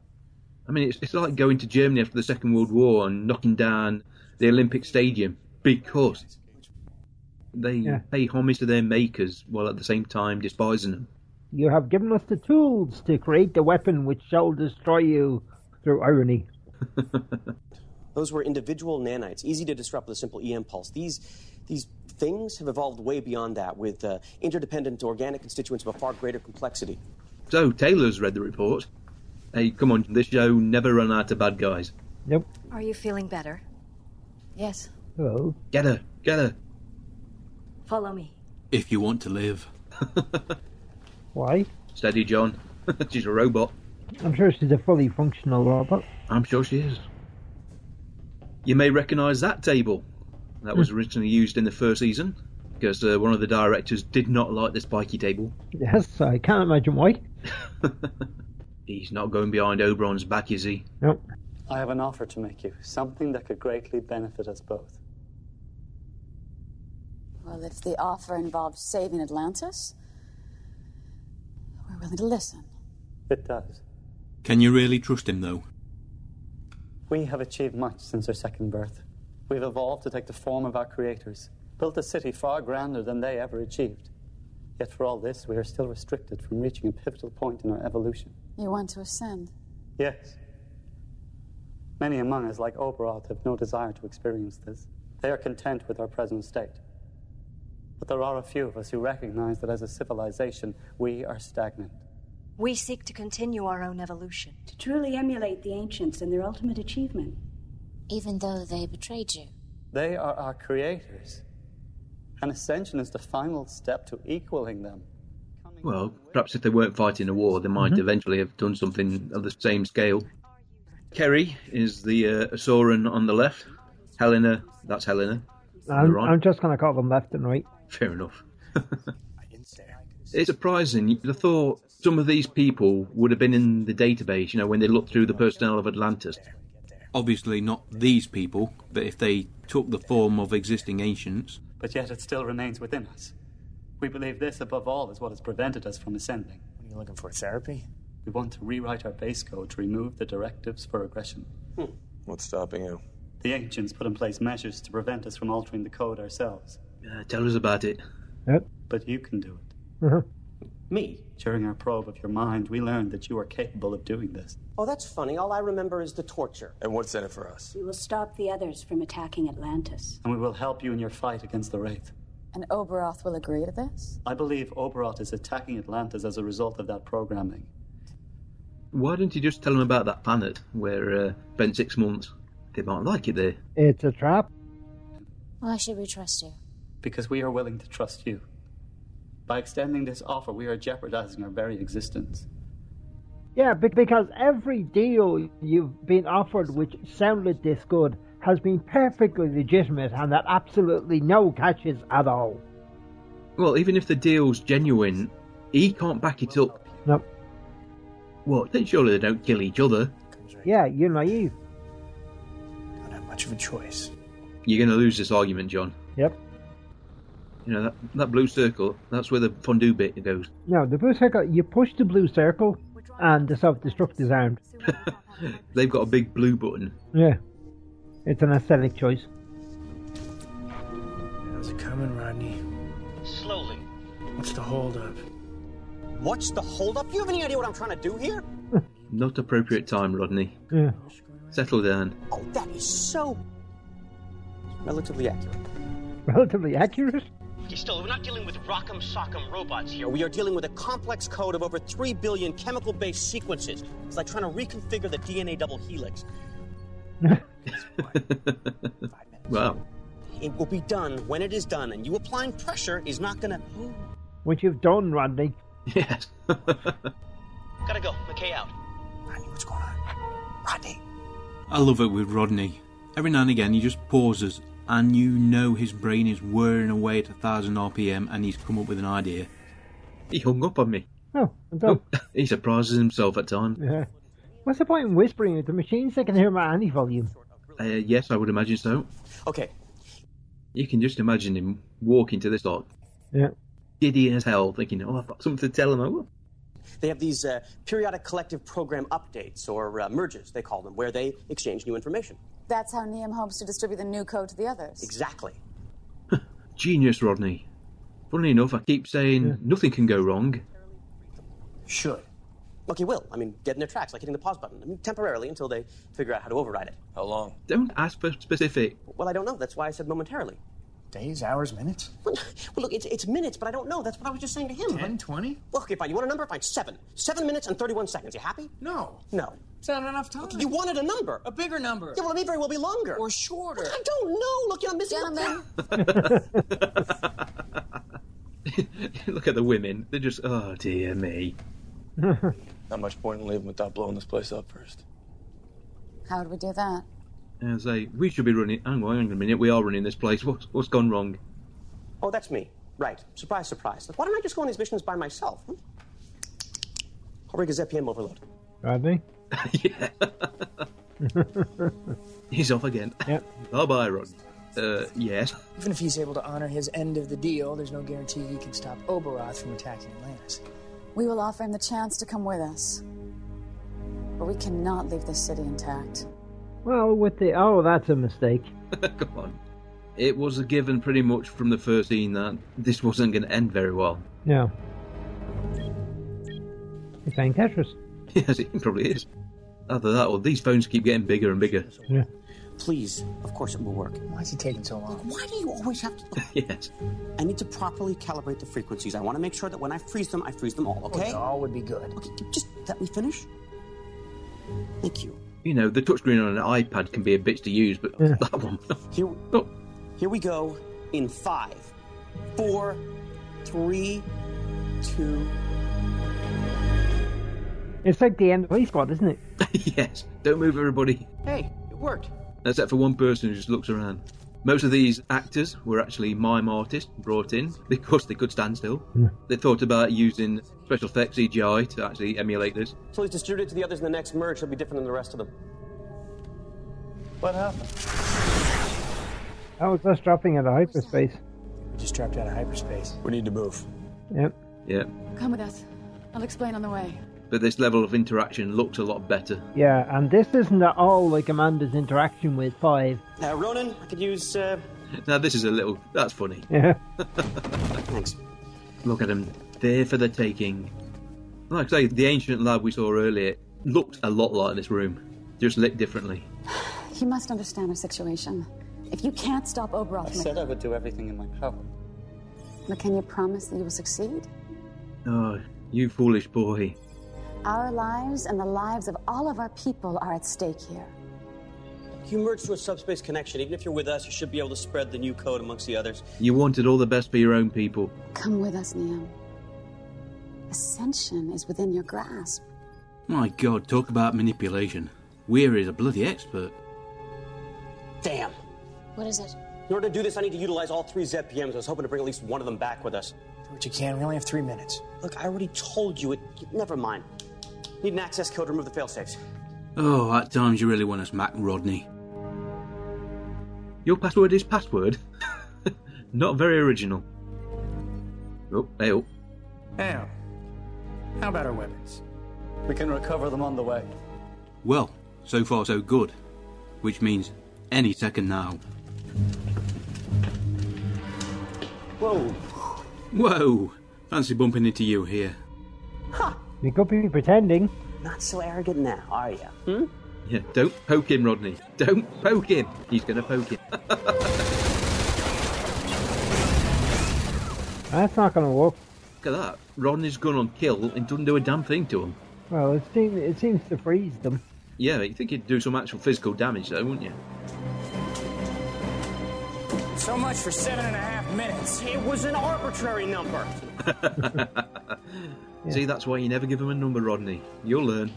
I mean, it's, it's like going to Germany after the Second World War and knocking down the Olympic Stadium because they Yeah. pay homage to their makers while at the same time despising them. You have given us the tools to create the weapon which shall destroy you through irony. Those were individual nanites, easy to disrupt with a simple EM pulse. These, these things have evolved way beyond that, with uh, interdependent organic constituents of a far greater complexity. So Taylor's read the report. Hey, come on, this show never run out of bad guys. Are you feeling better? Yes. Hello. Get her, get her. Follow me. If you want to live. Why? Steady, John. She's a robot. I'm sure she's a fully functional robot. I'm sure she is. You may recognise that table. That was originally used in the first season because uh, one of the directors did not like the spiky table. Yes, I can't imagine why. He's not going behind Oberon's back, is he? I have an offer to make you, something that could greatly benefit us both. Well, if the offer involves saving Atlantis, we're willing to listen. It does. Can you really trust him, though? We have achieved much since our second birth. We've evolved to take the form of our creators, built a city far grander than they ever achieved. Yet for all this, we are still restricted from reaching a pivotal point in our evolution. You want to ascend. Yes. Many among us, like Oberoth, have no desire to experience this. They are content with our present state. But there are a few of us who recognize that as a civilization, we are stagnant. We seek to continue our own evolution. To truly emulate the ancients and their ultimate achievement. Even though they betrayed you. They are our creators. And ascension is the final step to equaling them. Well, perhaps if they weren't fighting a war, they might Mhm. eventually have done something of the same scale. Kerry is the uh, Sauron on the left. Helena, that's Helena. I'm, You're on. I'm just going to call them left and right. Fair enough. it's surprising. I thought some of these people would have been in the database, you know, when they looked through the personnel of Atlantis. Obviously, not these people, but if they took the form of existing ancients, But yet it still remains within us. We believe this, above all, is what has prevented us from ascending. What are you looking for, therapy? We want to rewrite our base code to remove the directives for aggression. What's stopping you? The ancients put in place measures to prevent us from altering the code ourselves. Uh, tell us about it. But you can do Uh-huh. it. Me? During our probe of your mind, we learned that you are capable of doing this. Oh, that's funny. All I remember is the torture. And what's in it for us? We will stop the others from attacking Atlantis. And we will help you in your fight against the Wraith. And Oberoth will agree to this? I believe Oberoth is attacking Atlantis as a result of that programming. Why don't you just tell them about that planet where uh, spent six months? They might like it there. It's a trap. Why should we trust you? Because we are willing to trust you. By extending this offer, we are jeopardizing our very existence. Yeah, be- because every deal you've been offered which sounded this good has been perfectly legitimate and had absolutely no catches at all. Well, even if the deal's genuine, he can't back it up. No. What? Then surely they don't kill each other. Yeah, you're naive. Don't have much of a choice. You're going to lose this argument, John. Yep. You know, that, that blue circle, that's where the fondue bit goes. No, the blue circle, you push the blue circle and the self destruct is armed. They've got a big blue button. Yeah. It's an aesthetic choice. How's it coming, Rodney? Slowly. What's the holdup? What's the holdup? You have any idea what I'm trying to do here? Not appropriate time, Rodney. Yeah. Settle down. Oh, that is so relatively accurate. Relatively accurate. Still, we're not dealing with rock'em sock'em robots here. Here, we are dealing with a complex code of over 3 billion chemical based sequences. It's like trying to reconfigure the DNA double helix. Wow. It will be done when it is done, and you applying pressure is not gonna. Which you've done, Randy. Yes. Gotta go. McKay out. Rodney, what's going on? Rodney. I love it with Rodney. Every now and again, he just pauses, and you know his brain is whirring away at a thousand RPM, and he's come up with an idea. He hung up on me. Oh, I don't. He surprises himself at times. Yeah. What's the point in whispering at the machines? They can hear him at any volume. Uh, yes, I would imagine so. Okay. You can just imagine him walking to this lot, Yeah. giddy as hell, thinking, "Oh, I've got something to tell him." Oh, They have these uh, periodic collective program updates, or uh, merges, they call them, where they exchange new information. That's how Neum hopes to distribute the new code to the others. Exactly. genius, Rodney. Funnily enough, I keep saying nothing can go wrong. Should. Okay, will. I mean, dead in their tracks, like hitting the pause button. I mean, temporarily until they figure out how to override it. How long? Don't ask for specific. Well, I don't know. That's why I said momentarily. Days, hours, minutes? Well, well, look, it's, it's minutes, but I don't know. That's what I was just saying to him. 10, 20? Well, okay, fine. You want a number? Fine. Seven. Seven minutes and 31 seconds. You happy? No. No. It's not enough time. You wanted a number. A bigger number. Yeah, well, it may very well be longer. Or shorter. I don't know. Look, you're not missing Gentlemen. Look at the women. They're just, oh dear me. Not much point in leaving without blowing this place up first. How would we do that? And I say, we should be running. Hang on, hang on a minute. We are running this place. What's, what's gone wrong? Oh, that's me. Right. Surprise, surprise. Look, why don't I just go on these missions by myself? Hmm? I'll rig a ZPM overload. Randy. He's off again. Yep. bye bye, Rod. Uh, yes. Even if he's able to honor his end of the deal, there's no guarantee he can stop Oberoth from attacking Atlantis. We will offer him the chance to come with us. But we cannot leave this city intact. Well, with the oh, that's a mistake. Come on. It was a given pretty much from the first scene that this wasn't going to end very well. No. You're playing Tetris. Yes, it probably is. Either that or these phones keep getting bigger and bigger. Yeah. Please, of course it will work. Why is he taking so long? Why do you always have to. yes. I need to properly calibrate the frequencies. I want to make sure that when I freeze them, I freeze them all, okay? all would be good. Oh, Okay, just let me finish. Thank you. You know, the touchscreen on an iPad can be a bitch to use, but that one. Here, here we go in five, four, three, two. It's like the end of Police Squad, isn't it? yes. Don't move, everybody. Hey, it worked. Except for one person who just looks around. Most of these actors were actually mime artists brought in because they could stand still. They thought about using special effects CGI to actually emulate this. So he's distributed to the others in the next merge. He'll be different than the rest of them. What happened? That was us dropping out of hyperspace. We just dropped out of hyperspace. We need to move. Yep. Yeah. Come with us. I'll explain on the way. But this level of interaction looked a lot better. Yeah, and this isn't at all like Amanda's interaction with Five. Uh, Ronan, I could use. Uh... Now, this is a little. That's funny. Yeah. Thanks. Look at him, there for the taking. Like I say, the ancient lab we saw earlier looked a lot like this room, just lit differently. He must understand our situation. If you can't stop I Oberon, said I would do everything in my power. but can you promise that you will succeed? Oh, you foolish boy. Our lives and the lives of all of our people are at stake here. You merge to a subspace connection. Even if you're with us, you should be able to spread the new code amongst the others. You wanted all the best for your own people. Come with us, Neum. Ascension is within your grasp. My God, talk about manipulation. Weir is a bloody expert. Damn. What is it? In order to do this, I need to utilize all three ZPMs. I was hoping to bring at least one of them back with us. Which you can. We only have three minutes. Look, I already told you it. Never mind. Need an access code to remove the failsafes. Oh, at times you really want to smack Rodney. Your password is password. Not very original. Oh, hey, oh. Now, how about our weapons? We can recover them on the way. Well, so far so good. Which means any second now. Whoa. Whoa! Fancy bumping into you here. We could be pretending. Not so arrogant now, are you? Hmm? Yeah, don't poke him, Rodney. Don't poke him. He's going to poke him. That's not going to work. Look at that. Rodney's gun on kill and doesn't do a damn thing to him. Well, it seems it seems to freeze them. Yeah, you think he'd do some actual physical damage though, wouldn't you? So much for seven and a half minutes. It was an arbitrary number. See, that's why you never give him a number, Rodney. You'll learn.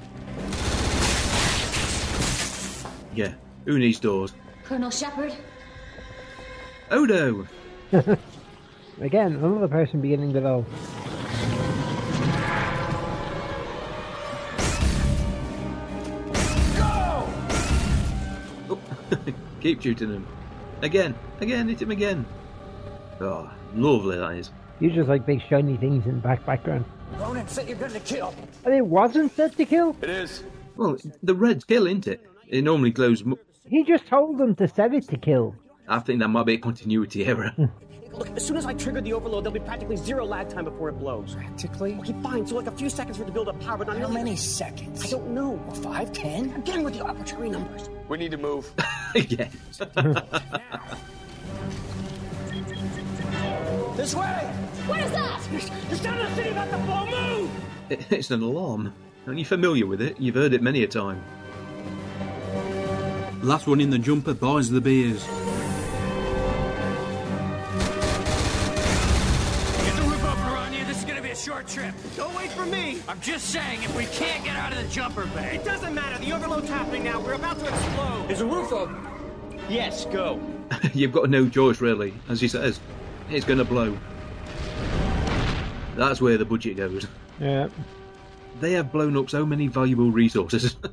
Yeah, who needs doors? Colonel Shepard? Odo! Again, another person beginning with O. Keep shooting him. Again, again, hit him again. Oh, lovely that is. You just like big shiny things in the back background. Ronan said you're going to kill. And it wasn't set to kill. It is. Well, the red's kill, isn't it? It normally glows. Mu- He just told them to set it to kill. I think that might be a continuity error. Look, as soon as I trigger the overload, there'll be practically zero lag time before it blows. Practically? Okay, fine. So, like a few seconds for it to build up power, but not How many seconds? I don't know. Five, ten? Again with the arbitrary numbers. We need to move. yes. This way! What is that? The sound of the city about to blow. Move! It- It's an alarm. Aren't you familiar with it? You've heard it many a time. Last one in the jumper buys the beers. Get the roof up, Piranha. This is going to be a short trip. Don't wait for me. I'm just saying, if we can't get out of the jumper bay. It doesn't matter. The overload's happening now. We're about to explode. Is the roof up? Yes, go. You've got no choice, really. As he says, it's going to blow. That's where the budget goes. Yeah. They have blown up so many valuable resources.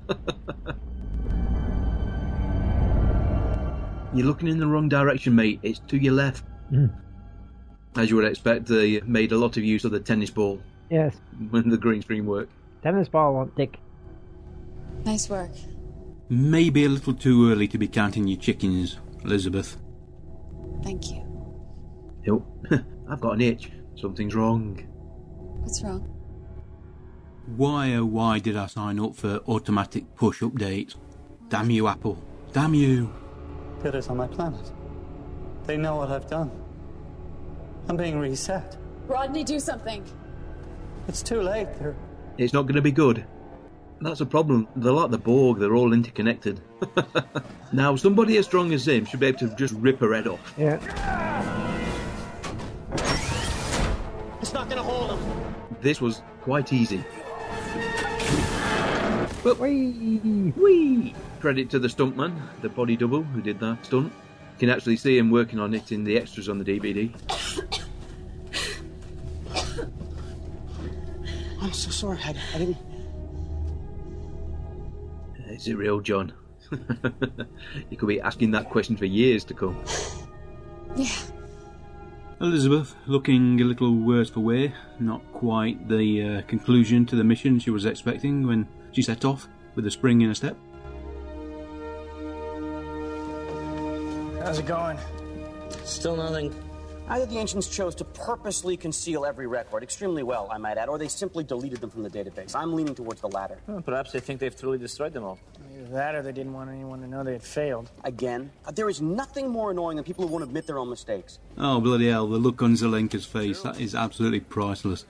You're looking in the wrong direction, mate. It's to your left. Hmm. As you would expect, they made a lot of use of the tennis ball Yes. when the green screen work. Tennis ball won't dick. Nice work. Maybe a little too early to be counting your chickens, Elizabeth. Thank you. Yep. I've got an itch. Something's wrong. What's wrong? Why oh why did I sign up for automatic push updates? Damn you, Apple. Damn you. Did it on my planet. They know what I've done. I'm being reset. Rodney, do something. It's too late. They're It's not going to be good. That's a problem. They're like the Borg, they're all interconnected. now, somebody as strong as him should be able to just rip her head off. Yeah. It's not going to hold him. This was quite easy. Whee! Whee! Credit to the stuntman, the body double who did that stunt. You can actually see him working on it in the extras on the DVD. I'm so sorry. I, I didn't. Is it real, John? you could be asking that question for years to come. Elizabeth, looking a little worse for wear, not quite the uh, conclusion to the mission she was expecting when she set off with a spring in her step. How's it going? Still nothing. Either the ancients chose to purposely conceal every record extremely well, I might add, or they simply deleted them from the database. I'm leaning towards the latter. Perhaps they think they've truly destroyed them all. Either that or they didn't want anyone to know they had failed. Again, there is nothing more annoying than people who won't admit their own mistakes. Oh, bloody hell, the look on Zelenka's face, that is absolutely priceless.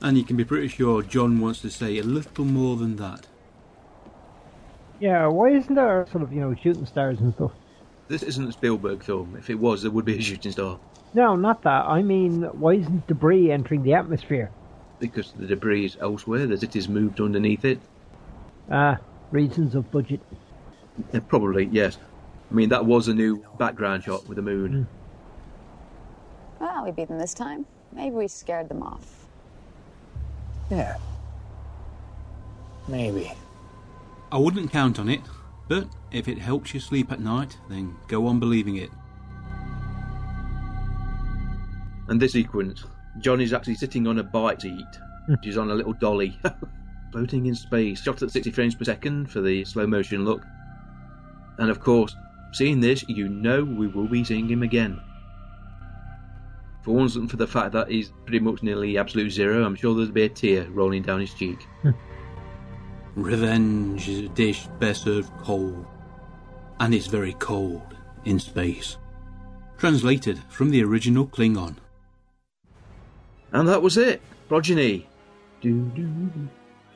And you can be pretty sure John wants to say a little more than that. Yeah. Why isn't there sort of you know shooting stars and stuff? This isn't a Spielberg film. If it was, there would be a shooting star No, not that. I mean, why isn't debris entering the atmosphere? because the debris is elsewhere. The city's moved underneath it. Ah, reasons of budget. Yeah, probably, yes. I mean, that was a new background shot with the moon. Well, we beat them this time. Maybe we scared them off. Yeah. Maybe. I wouldn't count on it, but if it helps you sleep at night, then go on believing it. And this sequence, John is actually sitting on a bike seat. She's on a little dolly, floating in space, shot at 60 frames per second for the slow motion look. And of course, seeing this, you know we will be seeing him again. For once, and for the fact that he's pretty much nearly absolute zero, I'm sure there'll be a tear rolling down his cheek. Revenge is a dish best served cold, and it's very cold in space. Translated from the original Klingon. And that was it. Progeny. Doo-doo.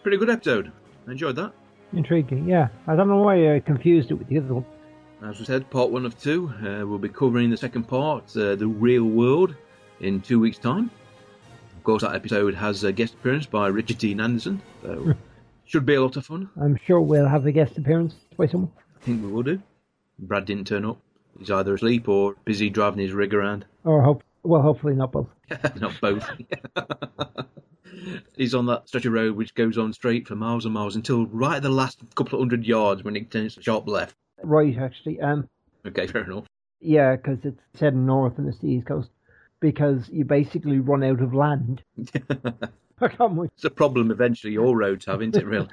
Pretty good episode. I enjoyed that. Intriguing, yeah. I don't know why I confused it with the other one. As we said, part one of two. Uh, we'll be covering the second part, uh, the real world, in two weeks' time. Of course, that episode has a guest appearance by Richard Dean Anderson. So should be a lot of fun. I'm sure we'll have a guest appearance by someone. I think we will do. Brad didn't turn up. He's either asleep or busy driving his rig around. Or hope, well, hopefully not both. Not both. He's on that stretch of road which goes on straight for miles and miles until right at the last couple of hundred yards when it turns sharp left. Right, actually. Um, Okay, fair enough. yeah, because it's heading north and it's the east coast. Because you basically run out of land. I can't wait. It's a problem eventually all roads have, isn't it, really?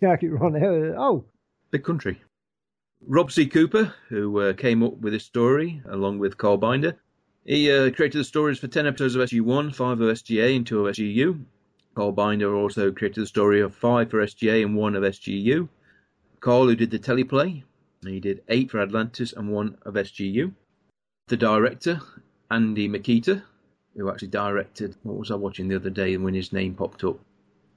Yeah, you run out. Oh, Big country. Rob C. Cooper, who uh, came up with this story along with Carl Binder, he uh, created the stories for 10 episodes of SG1, 5 of SGA, and 2 of SGU. Carl Binder also created the story of 5 for SGA and 1 of SGU. Carl, who did the teleplay, he did 8 for Atlantis and 1 of SGU. The director, Andy Makita, who actually directed, what was I watching the other day when his name popped up?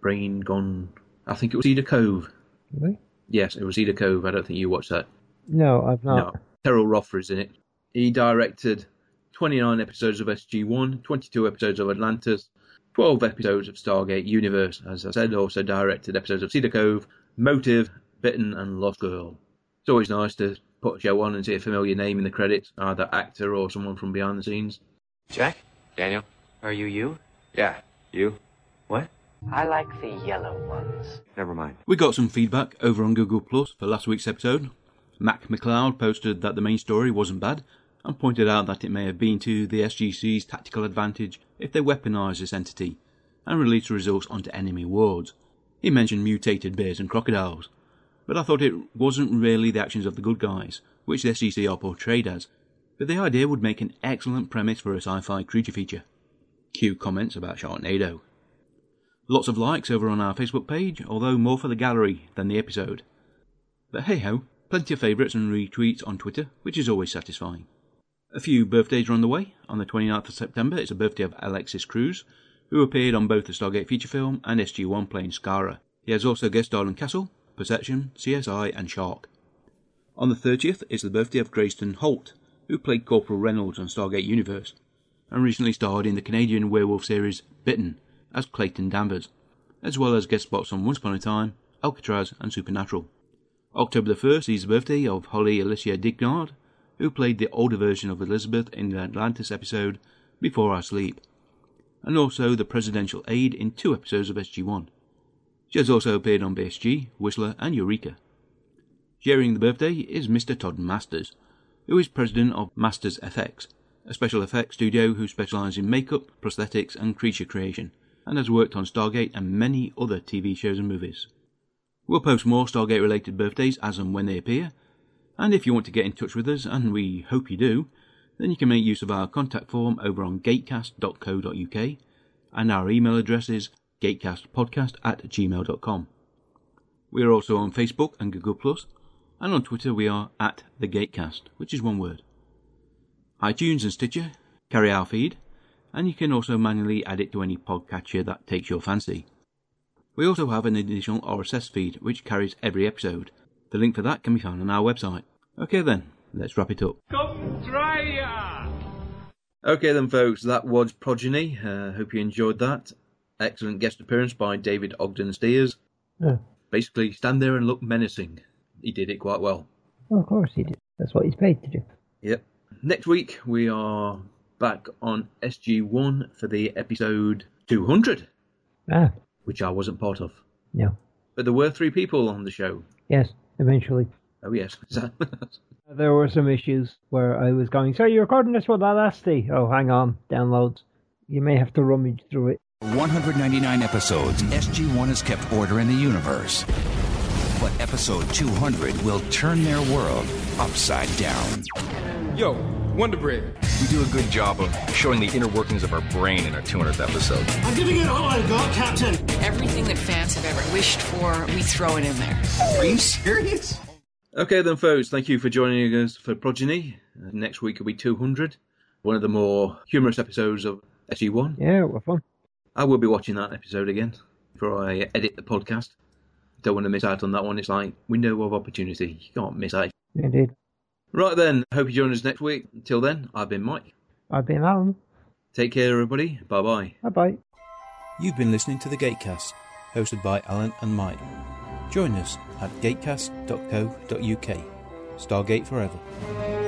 Brain Gone. I think it was Cedar Cove. Really? Yes, it was Cedar Cove. I don't think you watched that. no, I've not. No. Terrell Rother is in it. He directed 29 episodes of SG1, 22 episodes of Atlantis, 12 episodes of Stargate Universe. As I said, also directed episodes of Cedar Cove, Motive, Bitten, and Lost Girl. It's always nice to put a show on and see a familiar name in the credits, either actor or someone from behind the scenes. Jack? Daniel? Are you you? Yeah, you? I like the yellow ones. Never mind. We got some feedback over on Google Plus for last week's episode. Mac McLeod posted that the main story wasn't bad and pointed out that it may have been to the SGC's tactical advantage if they weaponise this entity and release the results onto enemy wards. He mentioned mutated bears and crocodiles, but I thought it wasn't really the actions of the good guys, which the SGC are portrayed as, but the idea would make an excellent premise for a sci fi creature feature. Cue comments about Sharknado. Lots of likes over on our Facebook page, although more for the gallery than the episode. But hey ho, plenty of favourites and retweets on Twitter, which is always satisfying. A few birthdays are on the way. On the 29th of September, it's the birthday of Alexis Cruz, who appeared on both the Stargate feature film and SG1 playing Skara. He has also guest starred on Castle, Perception, CSI, and Shark. On the 30th is the birthday of Grayston Holt, who played Corporal Reynolds on Stargate Universe, and recently starred in the Canadian werewolf series Bitten as Clayton Danvers, as well as guest spots on Once Upon a Time, Alcatraz, and Supernatural. October the 1st is the birthday of Holly Alicia Dignard, who played the older version of Elizabeth in the Atlantis episode Before Our Sleep, and also the presidential aide in two episodes of SG1. She has also appeared on BSG, Whistler, and Eureka. Sharing the birthday is Mr. Todd Masters, who is president of Masters FX, a special effects studio who specialises in makeup, prosthetics, and creature creation, and has worked on Stargate and many other TV shows and movies. We'll post more Stargate related birthdays as and when they appear, and if you want to get in touch with us, and we hope you do, then you can make use of our contact form over on gatecast.co.uk, and our email address is gatecastpodcast at gmail.com. We are also on Facebook and Google Plus, and on Twitter we are at the Gatecast, which is one word. iTunes and Stitcher carry our feed, and you can also manually add it to any podcatcher that takes your fancy. We also have an additional RSS feed which carries every episode. The link for that can be found on our website. Okay then, let's wrap it up. Come try ya! Okay, then, folks, that was Progeny. Uh, hope you enjoyed that. Excellent guest appearance by David Ogden Steers. Yeah. Basically, stand there and look menacing. He did it quite well. Well, of course he did. That's what he's paid to do. Yep. Next week we are back on SG1 for the episode 200, Ah, which I wasn't part of. no. But there were three people on the show. Yes, eventually. Oh yes. There were some issues where I was going, so you're recording this with Alasti. Oh, hang on, downloads. You may have to rummage through it. For 199 episodes, SG1 has kept order in the universe. But episode 200 will turn their world upside down. Yo, Wonder Bread. We do a good job of showing the inner workings of our brain in our 200th episode. I'm giving it all I've got, Captain. Everything that fans have ever wished for, we throw it in there. Are you serious? Okay, then, folks, thank you for joining us for Progeny. Uh, next week will be 200, one of the more humorous episodes of SG1. Yeah, we're fun. I will be watching that episode again before I edit the podcast. Don't want to miss out on that one. It's like window of opportunity. You can't miss out. Indeed. Right then, hope you join us next week. Until then, I've been Mike. I've been Alan. Take care, everybody. Bye bye. Bye bye. You've been listening to The Gatecast, hosted by Alan and Mike. Join us at gatecast.co.uk. Stargate forever.